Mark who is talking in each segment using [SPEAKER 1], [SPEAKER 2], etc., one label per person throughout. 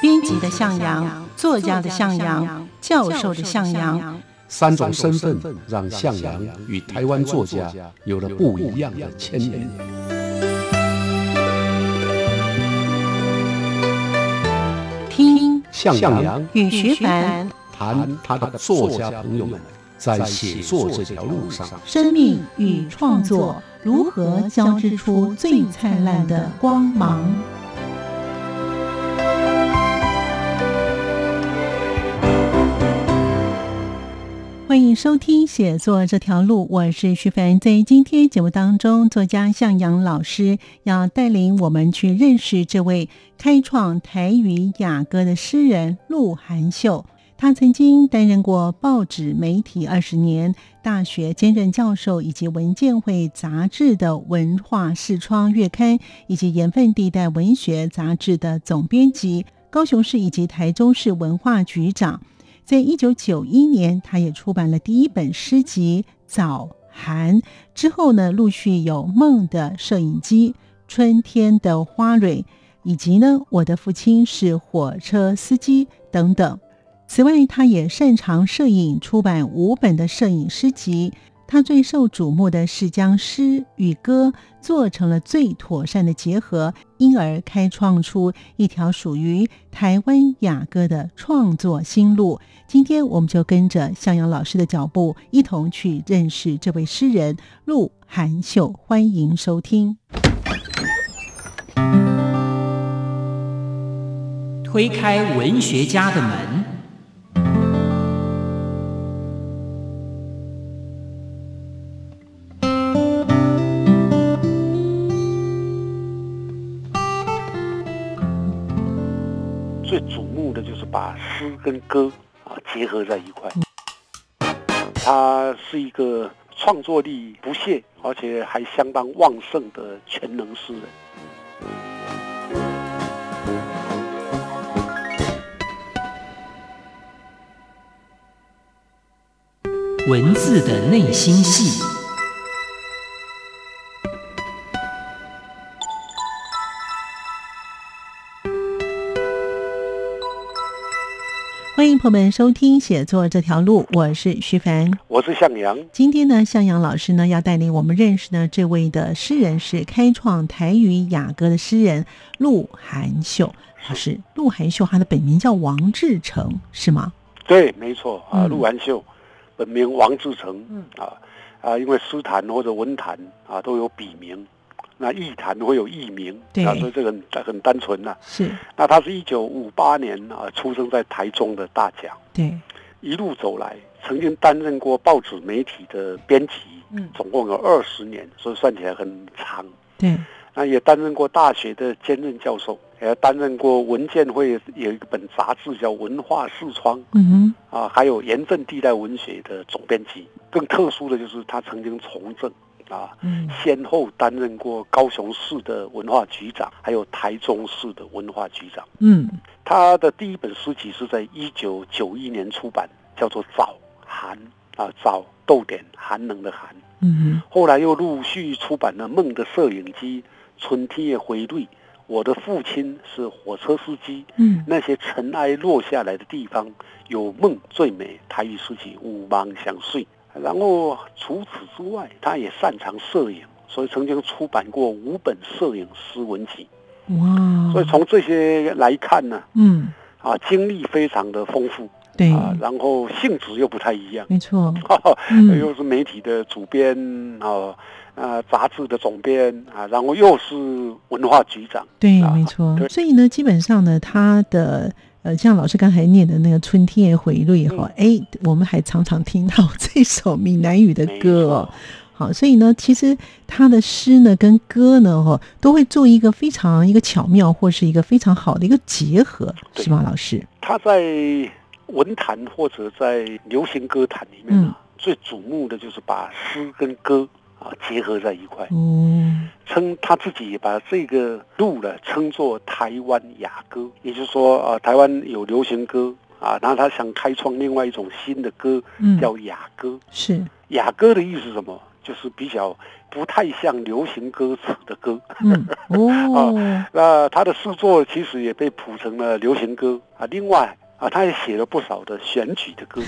[SPEAKER 1] 编辑的向阳、嗯作家的向阳、教授的向阳，
[SPEAKER 2] 三种身份让向阳与台湾作家有了不一样的牵连。
[SPEAKER 1] 听
[SPEAKER 2] 向阳
[SPEAKER 1] 与徐凡
[SPEAKER 2] 谈他的作家朋友们在写作这条路上，
[SPEAKER 1] 生命与创作如何交织出最灿烂的光芒。欢迎收听《写作这条路》，我是徐凡。在今天节目当中，作家向阳老师要带领我们去认识这位开创台语雅歌的诗人陆含秀。他曾经担任过报纸媒体二十年，大学兼任教授，以及文建会杂志的文化视窗月刊，以及盐分地带文学杂志的总编辑，高雄市以及台中市文化局长。在一九九一年，他也出版了第一本诗集《早寒》。之后呢，陆续有《梦的摄影机》《春天的花蕊》，以及呢《我的父亲是火车司机》等等。此外，他也擅长摄影，出版五本的摄影诗集。他最受瞩目的是将诗与歌做成了最妥善的结合，因而开创出一条属于台湾雅歌的创作新路。今天我们就跟着向阳老师的脚步，一同去认识这位诗人陆含秀。欢迎收听。
[SPEAKER 3] 推开文学家的门。
[SPEAKER 4] 最瞩目的就是把诗跟歌啊结合在一块。他是一个创作力不懈，而且还相当旺盛的全能诗人。
[SPEAKER 3] 文字的内心戏。
[SPEAKER 1] 欢迎朋友们收听《写作这条路》，我是徐凡。
[SPEAKER 4] 我是向阳，
[SPEAKER 1] 今天呢，向阳老师呢要带领我们认识呢这位的诗人是开创台语雅歌的诗人陆含秀老师。陆含秀他的本名叫王志成，是吗？
[SPEAKER 4] 对，没错啊，
[SPEAKER 1] 嗯
[SPEAKER 4] 陆完秀，本名王志成
[SPEAKER 1] 嗯，
[SPEAKER 4] 啊啊，因为诗坛或者文坛啊都有笔名，那艺坛会有艺名，
[SPEAKER 1] 对
[SPEAKER 4] 啊，所以这个很很单纯呐、
[SPEAKER 1] 是，
[SPEAKER 4] 那他是一九五八年啊出生在台中的大甲，
[SPEAKER 1] 对，
[SPEAKER 4] 一路走来，曾经担任过报纸媒体的编辑，
[SPEAKER 1] 嗯，
[SPEAKER 4] 总共有二十年，所以算起来很长。
[SPEAKER 1] 对，
[SPEAKER 4] 那也担任过大学的兼任教授，也担任过文建会有一本杂志叫《文化视窗
[SPEAKER 1] 嗯》
[SPEAKER 4] 啊，还有盐镇地带文学的总编辑。更特殊的就是他曾经从政啊，
[SPEAKER 1] 哼，嗯，
[SPEAKER 4] 先后担任过高雄市的文化局长，还有台中市的文化局长。
[SPEAKER 1] 嗯，
[SPEAKER 4] 他的第一本诗集是在一九九一年出版，叫做《早寒》啊，早逗点寒冷的寒。
[SPEAKER 1] 嗯
[SPEAKER 4] 后来又陆续出版了《梦的摄影机》《春天的回绿》《我的父亲是火车司机》
[SPEAKER 1] 哼，嗯，
[SPEAKER 4] 那些尘埃落下来的地方，有梦最美。台语诗集五芒相随。然后除此之外，他也擅长摄影，所以曾经出版过五本摄影诗文集。
[SPEAKER 1] 嗯哇，
[SPEAKER 4] 所以从这些来看呢，
[SPEAKER 1] 嗯，
[SPEAKER 4] 啊，经历非常的丰富
[SPEAKER 1] 对，
[SPEAKER 4] 啊，然后性质又不太一样，
[SPEAKER 1] 没错，
[SPEAKER 4] 哈哈，
[SPEAKER 1] 嗯，
[SPEAKER 4] 又是媒体的主编啊，啊，杂志的总编啊，然后又是文化局长，
[SPEAKER 1] 对，
[SPEAKER 4] 啊
[SPEAKER 1] 没错。
[SPEAKER 4] 对
[SPEAKER 1] 所以呢，基本上呢，他的。呃，像老师刚才念的那个《春天的回路》以
[SPEAKER 4] 嗯
[SPEAKER 1] 后，哎、我们还常常听到 这首闽南语的
[SPEAKER 4] 没
[SPEAKER 1] 歌哦
[SPEAKER 4] 错。
[SPEAKER 1] 好，所以呢，其实他的诗呢跟歌呢，哦，都会做一个非常一个巧妙，或是一个非常好的一个结合，
[SPEAKER 4] 对
[SPEAKER 1] 是吗，老师？
[SPEAKER 4] 他在文坛或者在流行歌坛里面
[SPEAKER 1] 嗯
[SPEAKER 4] 啊，最瞩目的就是把诗跟歌啊结合在一块，
[SPEAKER 1] 哦，
[SPEAKER 4] 称他自己也把这个路呢称作台湾雅歌，也就是说啊，台湾有流行歌啊，然后他想开创另外一种新的歌
[SPEAKER 1] 嗯，
[SPEAKER 4] 叫雅歌。
[SPEAKER 1] 是，
[SPEAKER 4] 雅歌的意思是什么？就是比较不太像流行歌词的歌。
[SPEAKER 1] 嗯， 哦，
[SPEAKER 4] 那他的诗作其实也被谱成了流行歌啊。另外啊，他也写了不少的选举的 歌，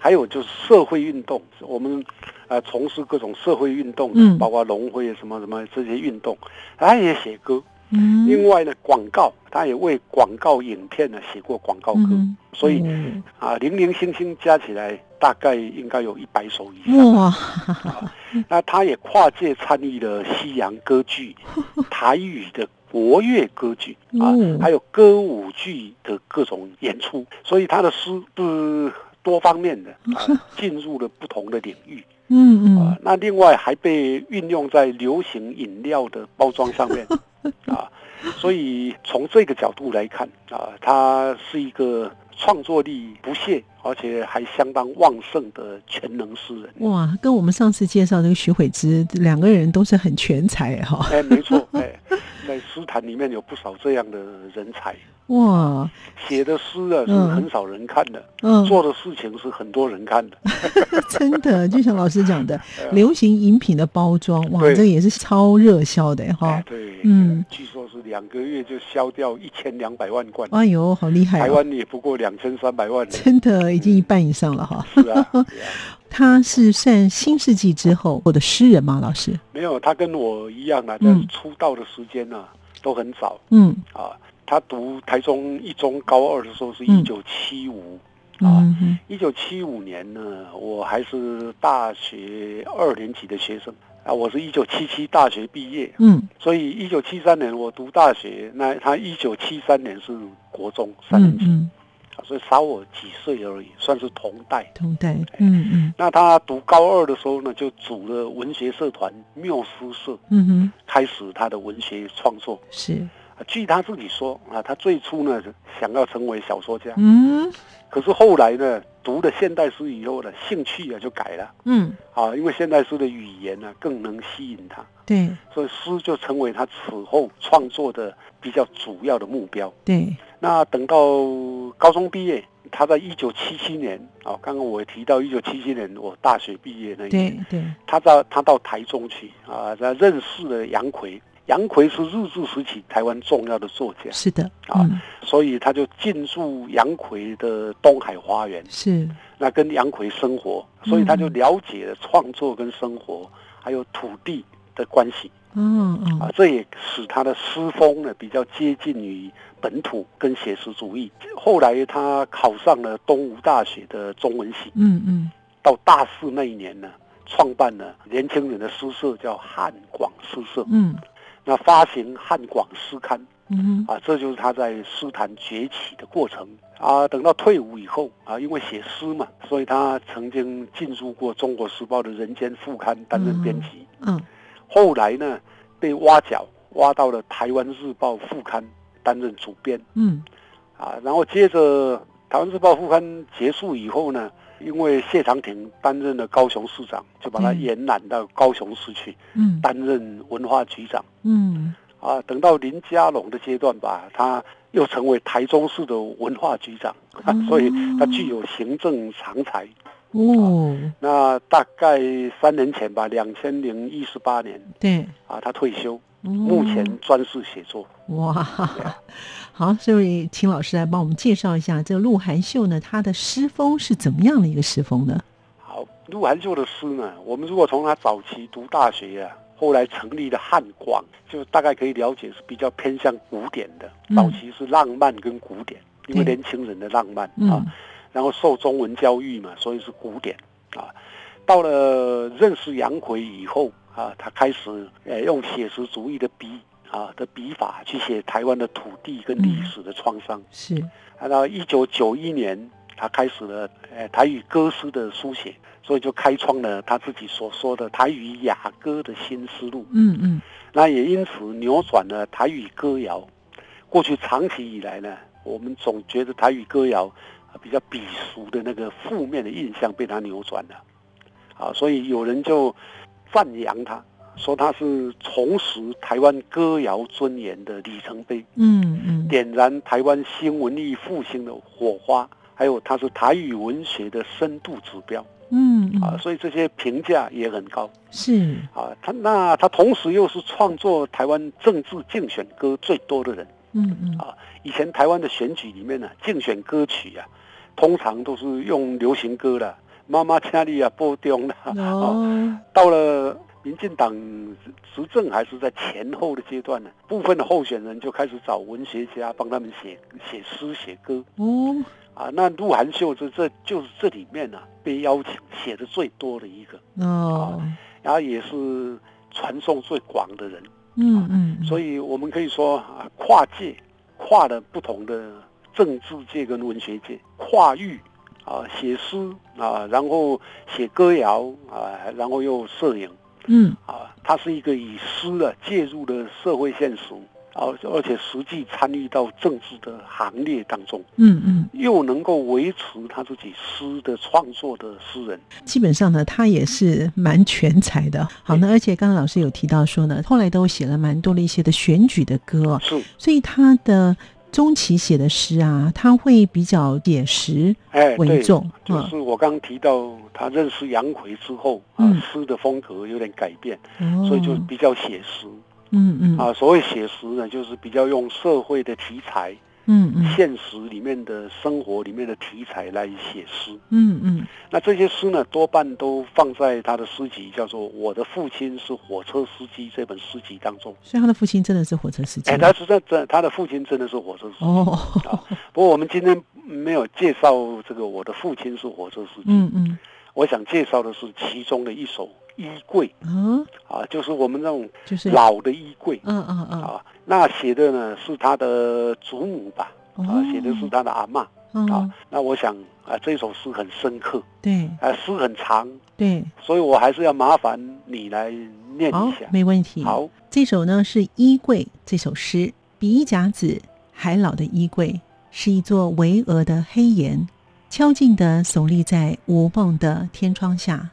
[SPEAKER 4] 还有就是社会运动，我们啊从事各种社会运动的，
[SPEAKER 1] 嗯
[SPEAKER 4] 包括农会什么什么这些运动，他也写歌。
[SPEAKER 1] 嗯，
[SPEAKER 4] 另外呢，广告他也为广告影片呢写过广告歌，
[SPEAKER 1] 嗯
[SPEAKER 4] 所以
[SPEAKER 1] 嗯
[SPEAKER 4] 啊零零星星加起来大概应该有一百首以上。
[SPEAKER 1] 哦哇，
[SPEAKER 4] 那他也跨界参与了西洋歌 剧、台语的国乐歌剧啊
[SPEAKER 1] 哦，
[SPEAKER 4] 还有歌舞剧的各种演出，所以他的诗是多方面的 啊，进入了不同的领域
[SPEAKER 1] 嗯
[SPEAKER 4] 啊
[SPEAKER 1] 嗯，。
[SPEAKER 4] 那另外还被运用在流行饮料的包装上 面啊，所以从这个角度来看啊，他是一个创作力不懈，而且还相当旺盛的全能诗人。
[SPEAKER 1] 哇，跟我们上次介绍那个徐慧芝，两个人都是很全才哈、
[SPEAKER 4] 哎，没错，哎，在诗坛里面有不少这样的人才，
[SPEAKER 1] 哇，
[SPEAKER 4] 写的诗啊是
[SPEAKER 1] 嗯
[SPEAKER 4] 很少人看的，
[SPEAKER 1] 嗯，
[SPEAKER 4] 做的事情是很多人看的。
[SPEAKER 1] 真的，就像老师讲 的，流行饮品的包装，哇，
[SPEAKER 4] 啊对
[SPEAKER 1] 这也是超热销的哈
[SPEAKER 4] 哎。对，
[SPEAKER 1] 嗯，
[SPEAKER 4] 据说是两个月就销掉一千两百万罐，
[SPEAKER 1] 哎呦，好厉害、
[SPEAKER 4] 台
[SPEAKER 1] 哦！
[SPEAKER 4] 湾也不过两千三百万。是
[SPEAKER 1] 真的已经一半以上了哈。
[SPEAKER 4] 啊，对啊
[SPEAKER 1] 他是算新世纪之后我的诗人吗？老师，
[SPEAKER 4] 没有，他跟我一样啊，
[SPEAKER 1] 嗯
[SPEAKER 4] 但出道的时间呢、啊、都很早
[SPEAKER 1] 嗯
[SPEAKER 4] 啊。他读台中一中高二的时候是
[SPEAKER 1] 嗯
[SPEAKER 4] 一九七五啊，
[SPEAKER 1] 嗯嗯
[SPEAKER 4] 一九七五年呢，我还是大学二年级的学生啊，我是一九七七大学毕业，
[SPEAKER 1] 嗯
[SPEAKER 4] 所以一九七三年我读大学，那他一九七三年是国中三
[SPEAKER 1] 嗯
[SPEAKER 4] 年级，
[SPEAKER 1] 嗯，
[SPEAKER 4] 啊所以少我几岁而已，算是同代。
[SPEAKER 1] 同代，嗯嗯
[SPEAKER 4] 那他读高二的时候呢，就组了文学社团缪斯社，
[SPEAKER 1] 嗯哼，
[SPEAKER 4] 开始他的文学创作。
[SPEAKER 1] 是，
[SPEAKER 4] 啊据他自己说啊，他最初呢想要成为小说家，
[SPEAKER 1] 嗯
[SPEAKER 4] 可是后来呢读了现代诗以后呢，兴趣啊就改了。
[SPEAKER 1] 嗯，
[SPEAKER 4] 啊，因为现代诗的语言呢、更能吸引他，
[SPEAKER 1] 对
[SPEAKER 4] 所以诗就成为他此后创作的比较主要的目标。
[SPEAKER 1] 对，
[SPEAKER 4] 那等到高中毕业，他在一九七七年啊，刚刚我也提到一九七七年我大学毕业那一
[SPEAKER 1] 对
[SPEAKER 4] 年，
[SPEAKER 1] 对，
[SPEAKER 4] 他到他到台中去啊，他认识了杨奎。杨奎是日治时期台湾重要的作家，
[SPEAKER 1] 是的，
[SPEAKER 4] 啊
[SPEAKER 1] 嗯
[SPEAKER 4] 所以他就进驻杨奎的东海花园。
[SPEAKER 1] 是，
[SPEAKER 4] 那跟杨奎生活，所以他就了解了创作跟生活，还有土地的关系
[SPEAKER 1] 嗯
[SPEAKER 4] 啊
[SPEAKER 1] 嗯，
[SPEAKER 4] 这也使他的诗风呢比较接近于本土跟写实主义。后来他考上了东吴大学的中文系，
[SPEAKER 1] 嗯嗯，
[SPEAKER 4] 到大四那一年呢，创办了年轻人的诗社，叫汉广诗社，
[SPEAKER 1] 嗯
[SPEAKER 4] 那发行汉广诗刊。
[SPEAKER 1] 嗯哼，
[SPEAKER 4] 啊，这就是他在诗坛崛起的过程啊。等到退伍以后啊，因为写诗嘛，所以他曾经进入过《中国时报》的人间副刊担任编辑，
[SPEAKER 1] 嗯
[SPEAKER 4] 后来呢被挖角，挖到了《台湾日报》副刊担任主编
[SPEAKER 1] 嗯
[SPEAKER 4] 啊。然后接着《台湾日报》副刊结束以后呢，因为谢长廷担任了高雄市长，就把他
[SPEAKER 1] 嗯
[SPEAKER 4] 延揽到高雄市去
[SPEAKER 1] 嗯
[SPEAKER 4] 担任文化局长。
[SPEAKER 1] 嗯，
[SPEAKER 4] 啊，等到林佳龙的阶段吧，他又成为台中市的文化局长， 所以他具有行政长才。
[SPEAKER 1] 哦，
[SPEAKER 4] 那大概三年前吧，两千零一十八年
[SPEAKER 1] 对，
[SPEAKER 4] 啊，他退休，目
[SPEAKER 1] 目
[SPEAKER 4] 前专事写作。
[SPEAKER 1] 哇，好，所以请老师来帮我们介绍一下这个鹿晗秀呢，他的诗风是怎么样的一个诗风呢？
[SPEAKER 4] 好，陆晗秀的诗呢，我们如果从他早期读大学啊，后来成立的汉广，就大概可以了解是比较偏向古典的，
[SPEAKER 1] 嗯
[SPEAKER 4] 早期是浪漫跟古典，因为
[SPEAKER 1] 对
[SPEAKER 4] 年轻人的浪漫啊
[SPEAKER 1] 嗯。
[SPEAKER 4] 然后受中文教育嘛，所以是古典啊。到了认识杨奎以后啊，他开始呃用写实主义的笔啊的笔法去写台湾的土地跟历史的创伤。
[SPEAKER 1] 是，
[SPEAKER 4] 啊，到一九九一年，他开始了呃台语歌诗的书写，所以就开创了他自己所说的台语雅歌的新思路。
[SPEAKER 1] 嗯嗯
[SPEAKER 4] 那也因此扭转了台语歌谣。过去长期以来呢，我们总觉得台语歌谣啊比较鄙俗的那个负面的印象被他扭转了，啊，所以有人就赞扬他，说他是重拾台湾歌谣尊严的里程碑，
[SPEAKER 1] 嗯嗯，
[SPEAKER 4] 点燃台湾新文艺复兴的火花，还有他是台语文学的深度指标。
[SPEAKER 1] 嗯，嗯
[SPEAKER 4] 啊，所以这些评价也很高
[SPEAKER 1] 是
[SPEAKER 4] 啊。他那他同时又是创作台湾政治竞选歌最多的人。
[SPEAKER 1] 嗯嗯
[SPEAKER 4] 啊，以前台湾的选举里面呢、竞选歌曲啊，通常都是用流行歌啦，妈妈家里啊，播中啦。啊，
[SPEAKER 1] 哦
[SPEAKER 4] 到了民进党执政还是在前后的阶段呢、部分的候选人就开始找文学家帮他们写写诗、写歌
[SPEAKER 1] 哦
[SPEAKER 4] 啊。那鹿晗秀这这就是这里面呢、被邀请写的最多的一个，
[SPEAKER 1] 哦
[SPEAKER 4] 然后也是传送最广的人。
[SPEAKER 1] 嗯嗯，
[SPEAKER 4] 所
[SPEAKER 1] 以
[SPEAKER 4] 以我们可以说啊，跨界，跨了不同的政治界跟文学界，跨域啊，写诗啊，然后写歌谣啊，然后又摄影
[SPEAKER 1] 嗯
[SPEAKER 4] 啊，它是一个以诗啊介入了社会现实，啊，而且实际参与到政治的行列当中，
[SPEAKER 1] 嗯嗯，
[SPEAKER 4] 又能够维持他自己诗的创作的诗人。
[SPEAKER 1] 基本上呢，他也是蛮全才的。好，那而且刚刚老师有提到说呢，后来都写了蛮多的一些的选举的歌哦，
[SPEAKER 4] 是，
[SPEAKER 1] 所以他的中期写的诗啊，他会比较写实
[SPEAKER 4] 哎，
[SPEAKER 1] 为
[SPEAKER 4] 对。
[SPEAKER 1] 嗯重，
[SPEAKER 4] 就是我刚提到他认识杨奎之后啊
[SPEAKER 1] 嗯，
[SPEAKER 4] 诗的风格有点改变，
[SPEAKER 1] 嗯，
[SPEAKER 4] 所以就
[SPEAKER 1] 哦
[SPEAKER 4] 比较写实
[SPEAKER 1] 嗯嗯
[SPEAKER 4] 啊。所谓写实呢，就是比较用社会的题材、
[SPEAKER 1] 嗯嗯
[SPEAKER 4] 现实里面的生活里面的题材来写诗。
[SPEAKER 1] 嗯嗯
[SPEAKER 4] 那这些诗呢，多半都放在他的诗集叫做《我的父亲是火车司机》这本诗集当中。
[SPEAKER 1] 所以他的父亲真的是火车司机
[SPEAKER 4] 哎，他是真真，他的父亲真的是火车司机。
[SPEAKER 1] 哦，
[SPEAKER 4] 啊，不过我们今天没有介绍这个《我的父亲是火车司机》，
[SPEAKER 1] 嗯嗯
[SPEAKER 4] 我想介绍的是其中的一首《衣柜
[SPEAKER 1] 啊，》
[SPEAKER 4] 啊，就是我们那种
[SPEAKER 1] 就是
[SPEAKER 4] 老的衣柜。
[SPEAKER 1] 嗯嗯嗯
[SPEAKER 4] 啊，那写的呢是他的祖母吧？啊
[SPEAKER 1] 哦，
[SPEAKER 4] 写的是他的阿嬷啊
[SPEAKER 1] 嗯，。
[SPEAKER 4] 那我想啊，这首诗很深刻，
[SPEAKER 1] 对
[SPEAKER 4] 啊，诗很长，
[SPEAKER 1] 对，
[SPEAKER 4] 所以我还是要麻烦你来念
[SPEAKER 1] 好
[SPEAKER 4] 一下，。
[SPEAKER 1] 没问题。
[SPEAKER 4] 好，
[SPEAKER 1] 这首呢是《衣柜》这首诗，比甲子海老的衣柜是一座巍峨的黑岩，敲进的耸立在无梦的天窗下，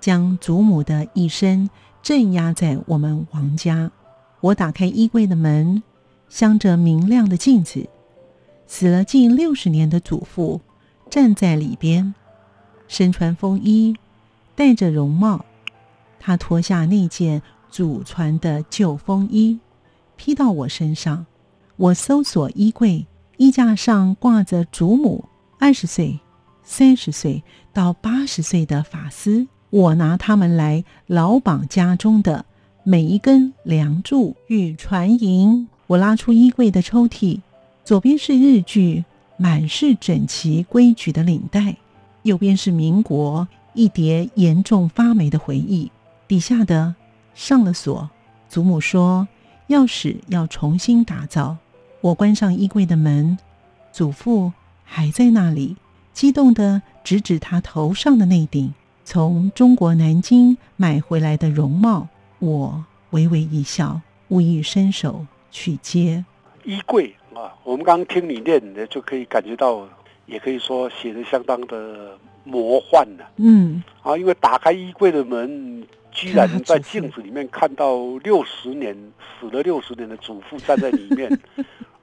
[SPEAKER 1] 将祖母的一生镇压在我们王家。我打开衣柜的门，镶着明亮的镜子，死了近六十年的祖父站在里边，身穿风衣，戴着绒帽，他脱下那件祖传的旧风衣，披到我身上。我搜索衣柜，衣架上挂着祖母二十岁、三十岁到八十岁的发丝，我拿它们来老绑家中的每一根梁柱与船营。我拉出衣柜的抽屉，左边是日剧，满是整齐规矩的领带。右边是民国一叠严重发霉的回忆，底下的上了锁。祖母说，钥匙要重新打造。我关上衣柜的门，祖父还在那里，激动地指指他头上的那顶从中国南京买回来的绒帽。我微微一笑，无意伸手去接。
[SPEAKER 4] 衣柜啊，我们刚刚听你念的，就可以感觉到，也可以说写的相当的魔幻了
[SPEAKER 1] 嗯，
[SPEAKER 4] 啊因为打开衣柜的门。居然
[SPEAKER 1] 看他
[SPEAKER 4] 在
[SPEAKER 1] 祖父
[SPEAKER 4] 镜子里面看到六十年死了六十年的祖父站在里面，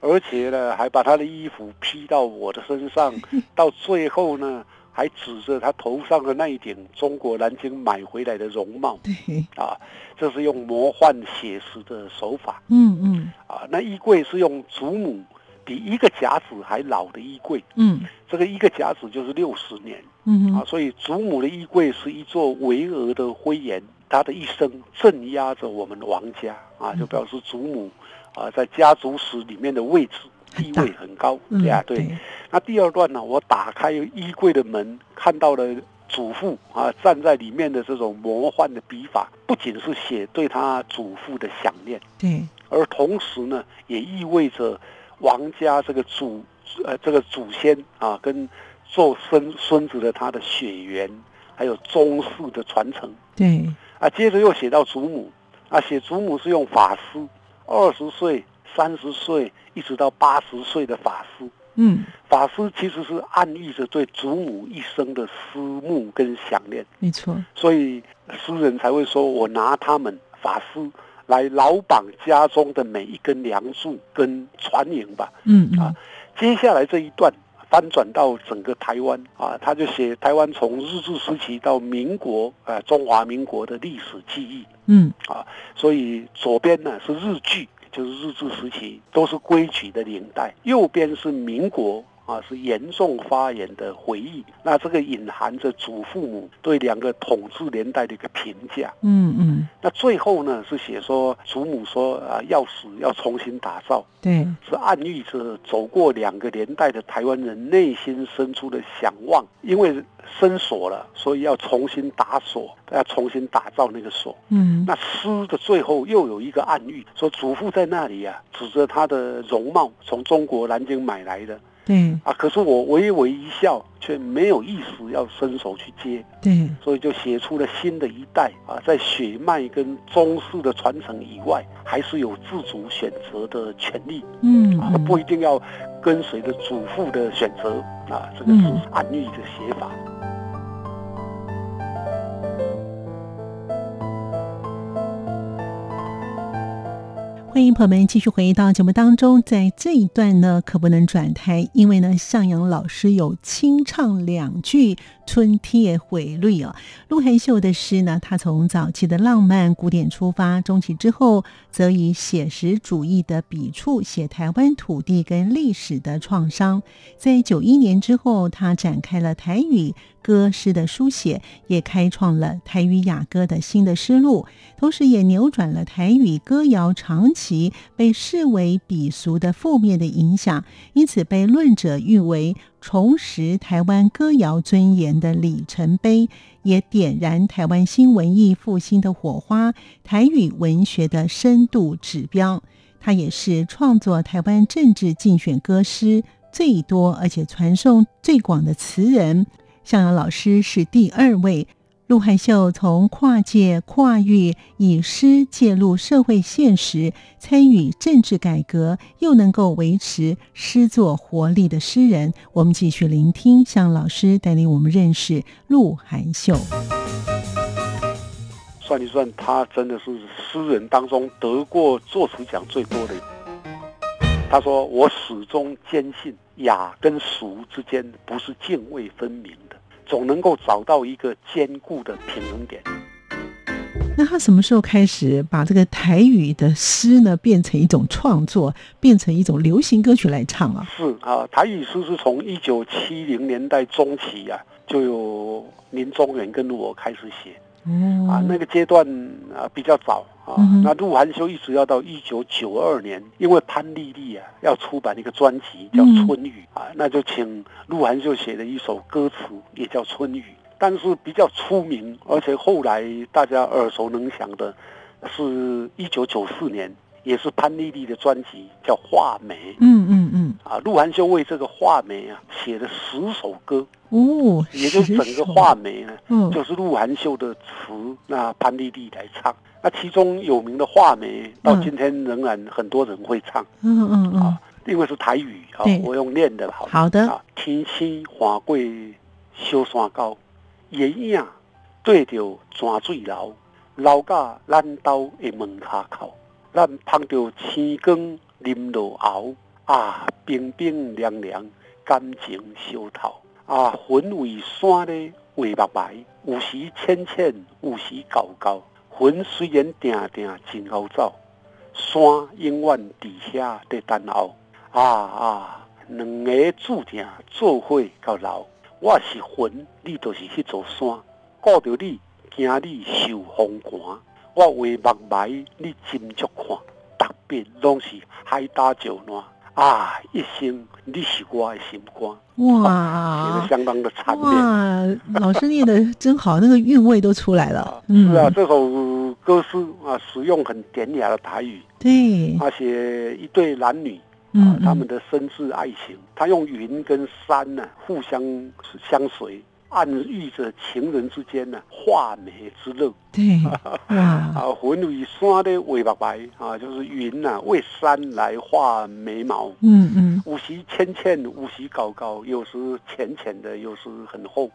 [SPEAKER 4] 而且呢，还把他的衣服披到我的身上，到最后呢，还指着他头上的那一顶中国南京买回来的绒帽
[SPEAKER 1] 对，
[SPEAKER 4] 啊，这是用魔幻写实的手法
[SPEAKER 1] 嗯嗯
[SPEAKER 4] 啊。那衣柜是用祖母比一个甲子还老的衣柜，
[SPEAKER 1] 嗯
[SPEAKER 4] 这个一个甲子就是六十年
[SPEAKER 1] 嗯
[SPEAKER 4] 啊，
[SPEAKER 1] 哼，
[SPEAKER 4] 所以祖母的衣柜是一座巍峨的灰岩，她的一生镇压着我们王家啊，
[SPEAKER 1] 嗯
[SPEAKER 4] 就表示祖母啊在家族史里面的位置
[SPEAKER 1] 很
[SPEAKER 4] 地
[SPEAKER 1] 大
[SPEAKER 4] 位很高，
[SPEAKER 1] 嗯
[SPEAKER 4] 对啊，对。，那第二段呢，我打开衣柜的门，看到了祖父啊站在里面的这种魔幻的笔法，不仅是写对他祖父的想念，
[SPEAKER 1] 对，
[SPEAKER 4] 而同时呢，也意味着王家这个祖呃这个祖先啊跟做孙孙子的他的血缘，还有宗室的传承
[SPEAKER 1] 对，
[SPEAKER 4] 啊。接着又写到祖母啊，写祖母是用法师，二十岁、三十岁一直到八十岁的法师。
[SPEAKER 1] 嗯，
[SPEAKER 4] 法师其实是暗喻着对祖母一生的思慕跟想念，
[SPEAKER 1] 没错，
[SPEAKER 4] 所以诗人才会说：“我拿他们法师来老绑家中的每一根梁柱跟船营吧。
[SPEAKER 1] 嗯”嗯
[SPEAKER 4] 啊，接下来这一段，翻转到整个台湾啊，他就写台湾从日治时期到民国啊，中华民国的历史记忆。
[SPEAKER 1] 嗯
[SPEAKER 4] 啊，所以左边呢是日据，就是日治时期都是规矩的年代，右边是民国。啊，是严重发炎的回忆，那这个隐含着祖父母对两个统治年代的一个评价。
[SPEAKER 1] 嗯嗯，
[SPEAKER 4] 那最后呢，是写说祖母说啊，要死要重新打造，
[SPEAKER 1] 对，
[SPEAKER 4] 是暗喻着走过两个年代的台湾人内心深处的想望，因为深锁了，所以要重新打锁，要重新打造那个锁。
[SPEAKER 1] 嗯
[SPEAKER 4] 那诗的最后又有一个暗喻，说祖父在那里啊，指着他的容貌从中国南京买来的
[SPEAKER 1] 对
[SPEAKER 4] 啊，可是我微微一笑，却没有意识要伸手去接。
[SPEAKER 1] 对，
[SPEAKER 4] 所以就写出了新的一代啊，在血脉跟中式的传承以外，还是有自主选择的权利
[SPEAKER 1] 嗯
[SPEAKER 4] 啊，
[SPEAKER 1] 嗯
[SPEAKER 4] 不一定要跟随着祖父的选择啊，这个是
[SPEAKER 1] 嗯
[SPEAKER 4] 暗喻的写法。
[SPEAKER 1] 欢迎朋友们继续回到节目当中，在这一段呢，可不能转台，因为呢，向阳老师有清唱两句《春帖回绿》哦。陆含秀的诗呢，他从早期的浪漫古典出发，中期之后则以写实主义的笔触写台湾土地跟历史的创伤。在九一年之后，他展开了台语歌诗的书写，也开创了台语雅歌的新的诗路。同时也扭转了台语歌谣长期被视为鄙俗的负面的影响，因此被论者誉为重拾台湾歌谣尊严的里程碑，也点燃台湾新文艺复兴的火花，台语文学的深度指标。它也是创作台湾政治竞选歌诗最多而且传颂最广的词人。向阳老师是第二位陆汉秀从跨界跨域，以诗介入社会现实，参与政治改革，又能够维持诗作活力的诗人。我们继续聆听向老师带领我们认识陆汉秀。
[SPEAKER 4] 算一算，他真的是诗人当中得过作词奖最多的。他说：“我始终坚信，雅跟俗之间不是泾渭分明的，总能够找到一个坚固的平衡点。”
[SPEAKER 1] 那他什么时候开始把这个台语的诗呢，变成一种创作，变成一种流行歌曲来唱啊？
[SPEAKER 4] 是啊，台语诗是从一九七零年代中期啊，就有林宗元跟我开始写
[SPEAKER 1] 哦
[SPEAKER 4] 啊，那个阶段啊比较早啊
[SPEAKER 1] 嗯哼，
[SPEAKER 4] 那陆含修一直要到一九九二年，因为潘丽丽啊要出版一个专辑叫
[SPEAKER 1] 嗯
[SPEAKER 4] 《春雨》啊，那就请陆含修写了一首歌词，也叫《春雨》，但是比较出名，而且后来大家耳熟能详的，是一九九四年，也是潘丽丽的专辑叫《画眉》。
[SPEAKER 1] 嗯嗯嗯，
[SPEAKER 4] 啊，鹿晗就为这个画眉啊写了十首歌，
[SPEAKER 1] 哦，
[SPEAKER 4] 也就是整个画眉呢，
[SPEAKER 1] 嗯，
[SPEAKER 4] 就是鹿晗秀的词，那潘丽丽来唱。那其中有名的画眉，到
[SPEAKER 1] 嗯
[SPEAKER 4] 今天仍然很多人会唱，
[SPEAKER 1] 嗯嗯嗯，
[SPEAKER 4] 因为是台语啊
[SPEAKER 1] 对，
[SPEAKER 4] 我用念的好了。
[SPEAKER 1] 好的
[SPEAKER 4] 啊，天星华贵修山高，夜影对着泉水流，流到啊咱兜的门下口，咱捧着星光淋落喉，啊，冰冰凉凉，感情烧透，啊，云为山咧画目白，有时浅浅，有时厚厚，云虽然定定真好走，山永远伫遐伫等候。啊啊，两个注定做伙到老。我是云，你就是迄座山，顾着你，惊你受风寒。我画目眉，你斟酌看，特别拢是海打石烂。啊，一生你是我的心肝，写
[SPEAKER 1] 哇
[SPEAKER 4] 的，相当的缠绵。
[SPEAKER 1] 哇，老师念的真好，那个韵味都出来了。嗯，
[SPEAKER 4] 是啊，这首歌诗啊，使用很典雅的台语，
[SPEAKER 1] 对，
[SPEAKER 4] 而且一对男女啊
[SPEAKER 1] 嗯，，
[SPEAKER 4] 他们的深挚爱情，他用云跟山呢、互相相随，暗喻着情人之间呢、画眉之乐
[SPEAKER 1] 对， 哇，
[SPEAKER 4] 啊。云为山的画目白啊，就是云呐、为山来画眉毛。
[SPEAKER 1] 嗯嗯，
[SPEAKER 4] 有时浅浅，有时高高，有时浅浅的，有时很厚。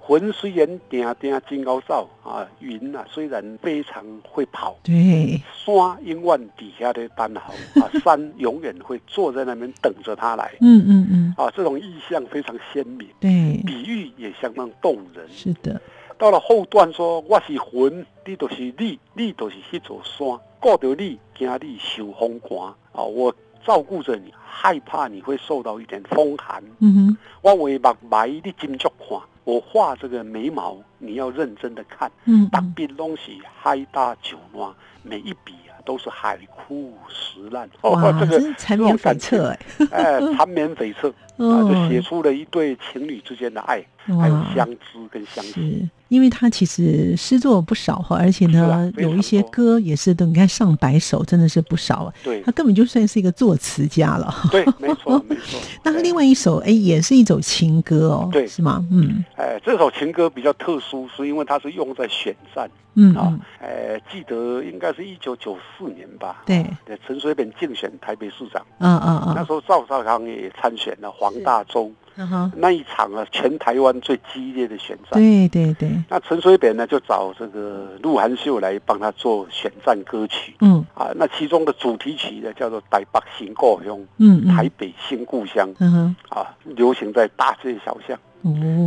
[SPEAKER 4] 魂虽然定定真高照啊，云啊虽然非常会跑，
[SPEAKER 1] 对，
[SPEAKER 4] 山永远底下的单好啊， 山永远会坐在那边等着他来
[SPEAKER 1] 嗯嗯嗯，
[SPEAKER 4] 啊，这种意象非常鲜明，
[SPEAKER 1] 对，
[SPEAKER 4] 比喻也相当动人。
[SPEAKER 1] 是的，
[SPEAKER 4] 到了后段说我是魂，你就是你，你就是那座山，顾着你，惊你受风寒啊，我照顾着你，害怕你会受到一点风寒。
[SPEAKER 1] 嗯哼，
[SPEAKER 4] 我为目埋你金足看，我画这个眉毛，你要认真的看。
[SPEAKER 1] 嗯
[SPEAKER 4] 大笔东西海大九乱，每一笔啊都是海枯石烂。哦
[SPEAKER 1] 哇，
[SPEAKER 4] 这个
[SPEAKER 1] 真缠绵悱恻哎，
[SPEAKER 4] 哎，缠绵悱 恻
[SPEAKER 1] 嗯
[SPEAKER 4] 啊，就写出了一对情侣之间的爱，还有相知跟相惜。
[SPEAKER 1] 哎是因为他其实诗作不少哈，而且
[SPEAKER 4] 是
[SPEAKER 1] 呢
[SPEAKER 4] 啊，非常
[SPEAKER 1] 有一些
[SPEAKER 4] 多
[SPEAKER 1] 歌也是都你看上百首，真的是不少啊。
[SPEAKER 4] 对
[SPEAKER 1] 他根本就算是一个作词家了。。
[SPEAKER 4] 对，没错没错
[SPEAKER 1] 那他
[SPEAKER 4] 对
[SPEAKER 1] 另外一首哎，也是一首情歌哦，
[SPEAKER 4] 对
[SPEAKER 1] 是吗？嗯
[SPEAKER 4] 哎，这首情歌比较特殊，是因为它是用在选战
[SPEAKER 1] 嗯
[SPEAKER 4] 啊
[SPEAKER 1] 嗯，。
[SPEAKER 4] 哎，记得应该是一九九四年吧？
[SPEAKER 1] 对
[SPEAKER 4] 啊，陈水扁竞选台北市长，
[SPEAKER 1] 啊啊
[SPEAKER 4] 那
[SPEAKER 1] 啊
[SPEAKER 4] 时候赵少康也参选了黄大洲
[SPEAKER 1] 嗯哼，
[SPEAKER 4] 那一场啊，全台湾最激烈的选战。
[SPEAKER 1] 对对对，
[SPEAKER 4] 那陈水扁呢，就找这个鹿晗秀来帮他做选战歌曲
[SPEAKER 1] 嗯
[SPEAKER 4] 啊。那其中的主题曲呢，叫做《台北新故乡》，
[SPEAKER 1] 嗯嗯，
[SPEAKER 4] 台北新故乡
[SPEAKER 1] 嗯哼，
[SPEAKER 4] 啊，流行在大街小巷。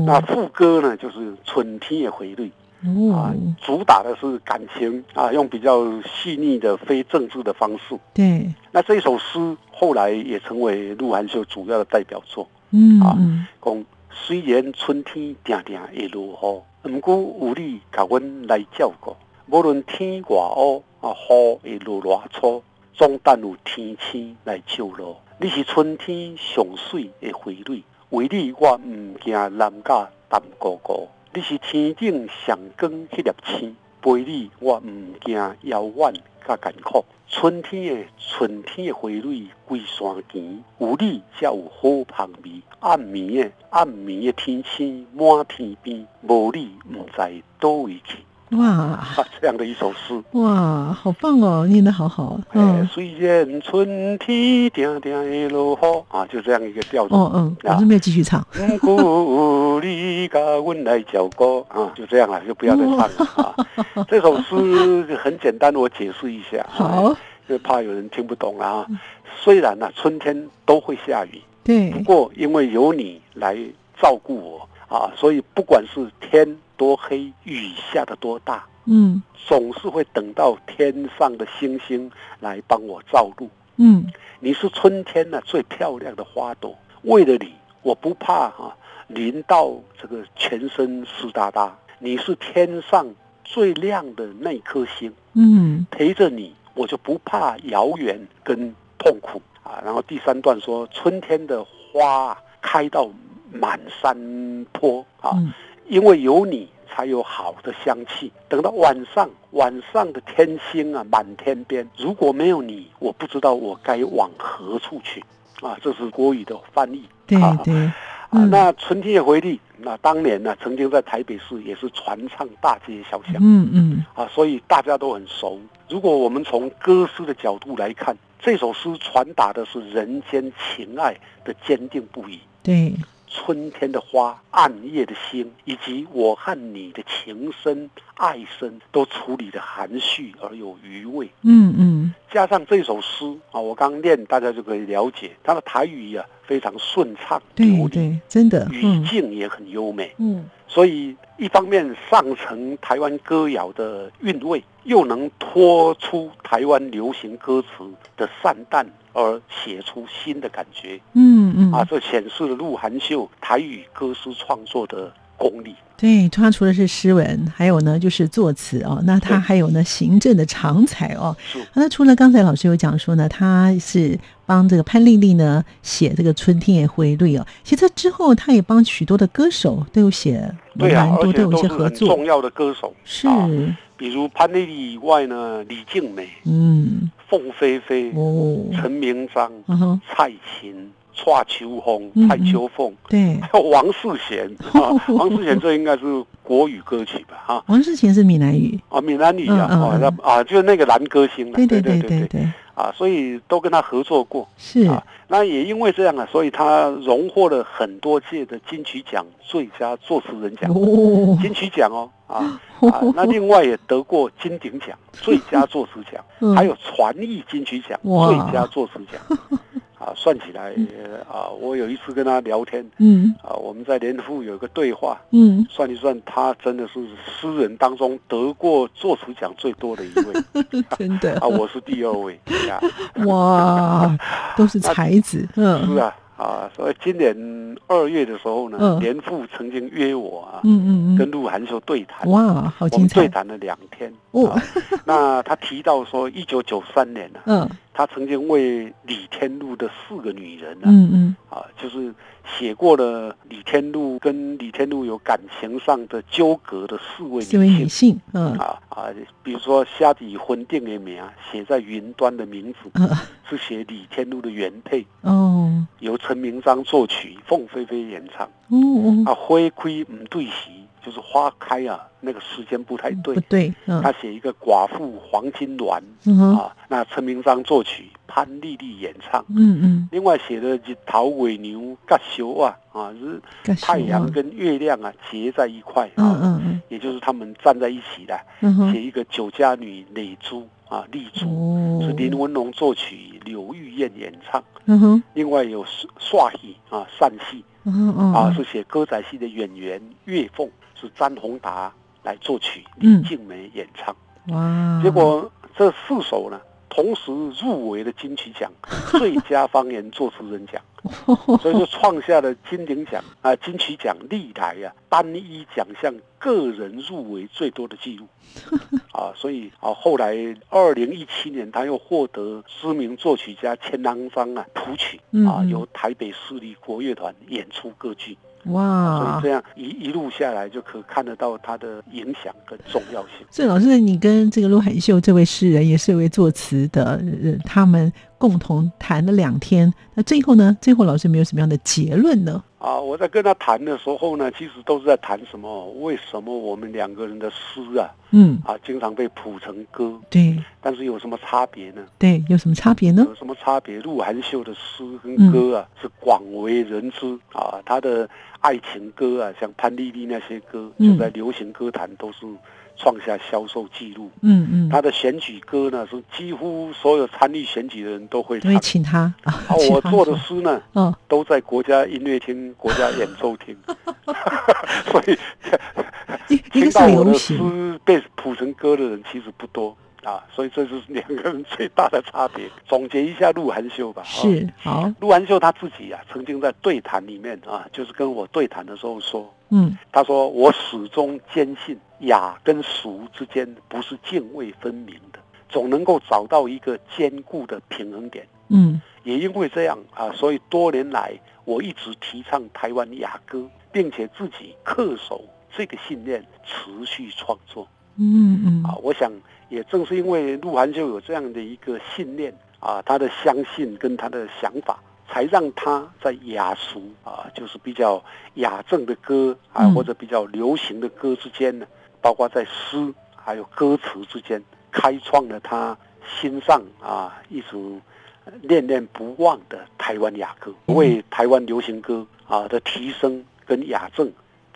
[SPEAKER 4] 那
[SPEAKER 1] 哦
[SPEAKER 4] 副歌呢，就是春天的回绿啊
[SPEAKER 1] 哦，，
[SPEAKER 4] 主打的是感情啊，用比较细腻的非政治的方式。
[SPEAKER 1] 对，
[SPEAKER 4] 那这首诗后来也成为鹿晗秀主要的代表作。
[SPEAKER 1] 嗯
[SPEAKER 4] 啊
[SPEAKER 1] 嗯，
[SPEAKER 4] 讲虽然春天定定会落雨，毋过有你甲阮来照顾，无论天偌乌啊，雨会落偌粗，总等有天星来照路。你是春天上水的花蕊，为你我毋惊南甲淡孤孤。你是天顶上光迄粒星，陪你我毋惊遥远甲艰苦。春天的春天的花蕊归山前，有你才有好香味。暗暝的暗暝的天星满天边，无你毋知倒位去。
[SPEAKER 1] 哇
[SPEAKER 4] 啊，这样的一首诗。
[SPEAKER 1] 哇，好棒哦，念得好好，
[SPEAKER 4] 哎
[SPEAKER 1] 嗯，
[SPEAKER 4] 虽然春天定定会落雨啊，就这样一个调子。
[SPEAKER 1] 哦嗯，
[SPEAKER 4] 啊
[SPEAKER 1] 我是没有继续唱，
[SPEAKER 4] 不过你甲阮来照顾啊，就这样了，就不要再唱了
[SPEAKER 1] 哦
[SPEAKER 4] 啊。这首诗很简单，我解释一下，啊，
[SPEAKER 1] 好，
[SPEAKER 4] 就怕有人听不懂啊。虽然呢、啊春天都会下雨，
[SPEAKER 1] 对
[SPEAKER 4] 不，过因为有你来照顾我啊，所以不管是天多黑，雨下的多大，
[SPEAKER 1] 嗯
[SPEAKER 4] 总是会等到天上的星星来帮我照路。
[SPEAKER 1] 嗯。
[SPEAKER 4] 你是春天呢、最漂亮的花朵，为了你，我不怕哈、淋到这个全身湿哒哒。你是天上最亮的那颗星，
[SPEAKER 1] 嗯
[SPEAKER 4] 陪着你，我就不怕遥远跟痛苦啊。然后第三段说，春天的花啊开到满山坡啊，
[SPEAKER 1] 嗯
[SPEAKER 4] 因为有你才有好的香气。等到晚上，晚上的天星啊满天边，如果没有你，我不知道我该往何处去啊！这是国语的翻译。，
[SPEAKER 1] 对
[SPEAKER 4] 啊
[SPEAKER 1] 对，
[SPEAKER 4] 啊，
[SPEAKER 1] 嗯
[SPEAKER 4] 那纯天的回力，那当年呢、曾经在台北市也是传唱大街小巷、
[SPEAKER 1] 嗯嗯
[SPEAKER 4] 啊，所以大家都很熟。如果我们从歌诗的角度来看，这首诗传达的是人间情爱的坚定不移。
[SPEAKER 1] 对，
[SPEAKER 4] 春天的花、暗夜的星，以及我和你的情深、爱深，都处理的含蓄而有余味。
[SPEAKER 1] 嗯嗯
[SPEAKER 4] 加上这首诗啊，我刚念，大家就可以了解它的台语啊非常顺畅
[SPEAKER 1] 对
[SPEAKER 4] 流利，
[SPEAKER 1] 对，真的，
[SPEAKER 4] 语
[SPEAKER 1] 嗯
[SPEAKER 4] 境也很优美。
[SPEAKER 1] 嗯
[SPEAKER 4] 所以一方面上承台湾歌谣的韵味，又能脱出台湾流行歌词的散淡，而写出新的感觉。
[SPEAKER 1] 嗯嗯
[SPEAKER 4] 啊，这显示了鹿晗秀台语歌诗创作的功力。
[SPEAKER 1] 对，他除了是诗文，还有呢就是作词哦，那他
[SPEAKER 4] 对
[SPEAKER 1] 还有呢行政的长才哦。
[SPEAKER 4] 是
[SPEAKER 1] 那除了刚才老师有讲说呢，他是帮这个潘丽丽呢写这个《春天的回绿》哦，其实他之后他也帮许多的歌手都有写，
[SPEAKER 4] 对啊
[SPEAKER 1] 蛮，
[SPEAKER 4] 而
[SPEAKER 1] 多
[SPEAKER 4] 且
[SPEAKER 1] 都有一
[SPEAKER 4] 都
[SPEAKER 1] 些
[SPEAKER 4] 是
[SPEAKER 1] 合
[SPEAKER 4] 很
[SPEAKER 1] 作
[SPEAKER 4] 重，要的歌手，
[SPEAKER 1] 是，
[SPEAKER 4] 啊比如潘丽丽以外呢，李静美、
[SPEAKER 1] 嗯，
[SPEAKER 4] 凤飞飞、
[SPEAKER 1] 哦，
[SPEAKER 4] 陈明章、
[SPEAKER 1] 嗯哼，
[SPEAKER 4] 蔡琴、蔡秋红
[SPEAKER 1] 嗯、
[SPEAKER 4] 蔡秋凤，
[SPEAKER 1] 对，
[SPEAKER 4] 还有王世 贤啊，王世贤这应该是国语歌曲吧？哈
[SPEAKER 1] 王世贤是闽南语，
[SPEAKER 4] 啊，闽南语啊，
[SPEAKER 1] 嗯嗯
[SPEAKER 4] 啊，那啊，就是那个男歌星了，
[SPEAKER 1] 对
[SPEAKER 4] 对
[SPEAKER 1] 对
[SPEAKER 4] 对
[SPEAKER 1] 对对，
[SPEAKER 4] 啊，所以都跟他合作过。
[SPEAKER 1] 是
[SPEAKER 4] 啊，那也因为这样啊，所以他荣获了很多届的金曲奖最佳作词人奖、
[SPEAKER 1] 哦，
[SPEAKER 4] 金曲奖哦 啊啊，那另外也得过金鼎奖最佳作词奖，
[SPEAKER 1] 嗯
[SPEAKER 4] 还有传艺金曲奖
[SPEAKER 1] 哇
[SPEAKER 4] 最佳作词奖。啊，算起来呃啊，我有一次跟他聊天
[SPEAKER 1] 嗯
[SPEAKER 4] 啊，我们在联富有一个对话，
[SPEAKER 1] 嗯，
[SPEAKER 4] 算一算，他真的是诗人当中得过作词奖最多的一位
[SPEAKER 1] 真的
[SPEAKER 4] 啊，我是第二位啊，
[SPEAKER 1] 哇，都是才子，
[SPEAKER 4] 是
[SPEAKER 1] 嗯
[SPEAKER 4] 啊啊，所以今年二月的时候呢
[SPEAKER 1] 嗯，
[SPEAKER 4] 连富曾经约我啊，
[SPEAKER 1] 嗯嗯
[SPEAKER 4] 跟
[SPEAKER 1] 嗯，
[SPEAKER 4] 陆涵修对谈，
[SPEAKER 1] 哇，好
[SPEAKER 4] 我
[SPEAKER 1] 精
[SPEAKER 4] 们对
[SPEAKER 1] 彩，
[SPEAKER 4] 谈了两天
[SPEAKER 1] 哦
[SPEAKER 4] 啊，那他提到说，一九九三年呢、啊，
[SPEAKER 1] 嗯
[SPEAKER 4] 他曾经为李天禄的四个女人呢、啊，
[SPEAKER 1] 嗯嗯，
[SPEAKER 4] 啊，就是写过了李天禄跟李天禄有感情上的纠葛的四位
[SPEAKER 1] 四位女
[SPEAKER 4] 女性
[SPEAKER 1] 性，嗯
[SPEAKER 4] 啊啊，比如说虾底婚定的名啊，写在云端的名字
[SPEAKER 1] 嗯
[SPEAKER 4] 是写李天禄的原配，
[SPEAKER 1] 哦
[SPEAKER 4] 由陈明章作曲，凤飞飞演唱。
[SPEAKER 1] 哦哦，
[SPEAKER 4] 啊，花开唔对时，就是花开啊，那个时间不太对
[SPEAKER 1] 不。对，嗯
[SPEAKER 4] 他写一个寡妇黄金鸾
[SPEAKER 1] 嗯哼
[SPEAKER 4] 啊，那陈明章作曲，潘丽丽演唱。
[SPEAKER 1] 嗯嗯，
[SPEAKER 4] 另外写的日头尾牛甲修啊啊，就是
[SPEAKER 1] 该说
[SPEAKER 4] 太阳
[SPEAKER 1] 啊
[SPEAKER 4] 跟月亮啊结在一块
[SPEAKER 1] 嗯
[SPEAKER 4] 啊，
[SPEAKER 1] 嗯嗯
[SPEAKER 4] 也就是他们站在一起的，
[SPEAKER 1] 嗯
[SPEAKER 4] 写
[SPEAKER 1] 哼，
[SPEAKER 4] 一个酒家女泪珠啊，丽珠
[SPEAKER 1] 哦，
[SPEAKER 4] 是林文龙作曲，柳玉燕演唱。
[SPEAKER 1] 嗯哼，
[SPEAKER 4] 另外有刷戏啊，散戏
[SPEAKER 1] 嗯哼嗯
[SPEAKER 4] 啊，是写歌仔戏的演员岳凤，是詹宏达来作曲，
[SPEAKER 1] 嗯
[SPEAKER 4] 李静梅演唱。
[SPEAKER 1] 哇，
[SPEAKER 4] 结果这四首呢，同时入围了金曲 奖最佳方言作词人奖，所以就创下了金鼎奖啊、金曲奖历来啊单一奖项个人入围最多的 记录啊，所以啊后来二零一七年他又获得知名作曲家钱郎章啊谱曲
[SPEAKER 1] 嗯
[SPEAKER 4] 啊，
[SPEAKER 1] 嗯
[SPEAKER 4] 由台北市立国乐团演出歌剧，所以
[SPEAKER 1] 哇
[SPEAKER 4] 这，样一一路下来就可看得到他的影响跟重要性。
[SPEAKER 1] 所以老师，你跟这个陆海秀这位诗人，也是一位作词的，呃他们共同谈了两天。那最后呢？最后老师有没有什么样的结论呢？
[SPEAKER 4] 啊，我在跟他谈的时候呢，其实都是在谈什么？为什么我们两个人的诗啊
[SPEAKER 1] 嗯，
[SPEAKER 4] 啊，经常被谱成歌，
[SPEAKER 1] 对
[SPEAKER 4] 但是有什么差别呢？
[SPEAKER 1] 对，有什么差别呢？
[SPEAKER 4] 有什么差别？鹿晗秀的诗跟歌啊，是广为人知啊，他的爱情歌啊，像潘丽丽那些歌，
[SPEAKER 1] 嗯
[SPEAKER 4] 就在流行歌坛都是创下销售记录。
[SPEAKER 1] 嗯嗯，
[SPEAKER 4] 他的选举歌呢，是几乎所有参与选举的人都会
[SPEAKER 1] 因
[SPEAKER 4] 唱
[SPEAKER 1] 为。请他啊，
[SPEAKER 4] 啊，
[SPEAKER 1] 请
[SPEAKER 4] 我
[SPEAKER 1] 他
[SPEAKER 4] 做的诗呢，
[SPEAKER 1] 哦，
[SPEAKER 4] 都在国家音乐厅、国家演 奏厅， 所以
[SPEAKER 1] 一一
[SPEAKER 4] 听
[SPEAKER 1] 个
[SPEAKER 4] 到
[SPEAKER 1] 是
[SPEAKER 4] 我
[SPEAKER 1] 流
[SPEAKER 4] 的
[SPEAKER 1] 行，
[SPEAKER 4] 诗被谱成歌的人其实不多啊，所以这就是两个人最大的差别。总结一下鹿晗秀吧，啊
[SPEAKER 1] 是好，
[SPEAKER 4] 鹿晗秀他自己啊，曾经在对谈里面啊，就是跟我对谈的时候说，
[SPEAKER 1] 嗯
[SPEAKER 4] 他说我始终坚信雅跟俗之间不是泾渭分明的，总能够找到一个坚固的平衡点。
[SPEAKER 1] 嗯
[SPEAKER 4] 也因为这样啊，所以多年来我一直提倡台湾雅歌，并且自己恪守这个信念，持续创作
[SPEAKER 1] 嗯嗯
[SPEAKER 4] 啊。我想也正是因为鹿晗就有这样的一个信念啊，他的相信跟他的想法。才让他在雅俗啊，就是比较雅正的歌啊，
[SPEAKER 1] 嗯
[SPEAKER 4] 或者比较流行的歌之间呢，包括在诗还有歌词之间，开创了他心上啊一直念念不忘的台湾雅歌，
[SPEAKER 1] 嗯
[SPEAKER 4] 为台湾流行歌啊的提升跟雅正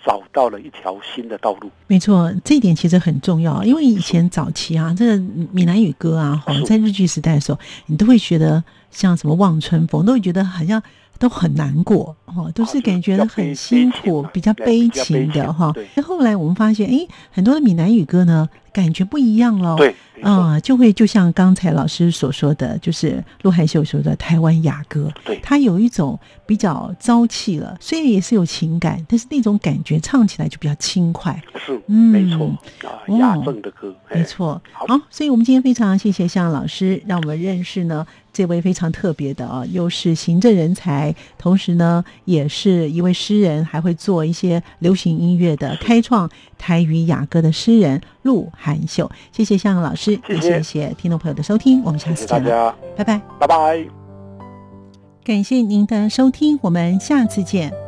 [SPEAKER 4] 找到了一条新的道路。
[SPEAKER 1] 没错，这一点其实很重要，啊因为以前早期啊，这个闽南语歌啊，吼，
[SPEAKER 4] 是
[SPEAKER 1] 在日剧时代的时候，你都会觉得像什么《望春风》，都会觉得好像都很难过，哦，都是感觉很辛苦，
[SPEAKER 4] 比
[SPEAKER 1] 比
[SPEAKER 4] 较
[SPEAKER 1] 较
[SPEAKER 4] 悲
[SPEAKER 1] 悲
[SPEAKER 4] 情
[SPEAKER 1] 情
[SPEAKER 4] 的
[SPEAKER 1] 的哈
[SPEAKER 4] 对。
[SPEAKER 1] 那后来我们发现，诶，很多的闽南语歌呢，感觉不一样了。。
[SPEAKER 4] 对，没错
[SPEAKER 1] 啊、就会就像刚才老师所说的，就是陆海秀说的台湾雅歌，
[SPEAKER 4] 对
[SPEAKER 1] 它有一种比较朝气了，虽然也是有情感，但是那种感觉唱起来就比较轻快。
[SPEAKER 4] 是，
[SPEAKER 1] 嗯
[SPEAKER 4] 没错啊，
[SPEAKER 1] 哦
[SPEAKER 4] 雅正的歌，哎
[SPEAKER 1] 没，错，
[SPEAKER 4] 好
[SPEAKER 1] 所以我们今天非常谢谢向老师，让我们认识呢这位非常特别的啊，又是行政人才，同时呢也是一位诗人，还会做一些流行音乐的开创台语雅歌的诗人陆涵秀。谢谢向老师，
[SPEAKER 4] 谢
[SPEAKER 1] 也
[SPEAKER 4] 谢
[SPEAKER 1] 谢谢听众朋友的收听，我们下
[SPEAKER 4] 哎谢
[SPEAKER 1] 次
[SPEAKER 4] 谢大
[SPEAKER 1] 见啊了，
[SPEAKER 4] 家，
[SPEAKER 1] 拜拜。
[SPEAKER 4] 拜拜。
[SPEAKER 1] 感谢您的收听，我们下次见。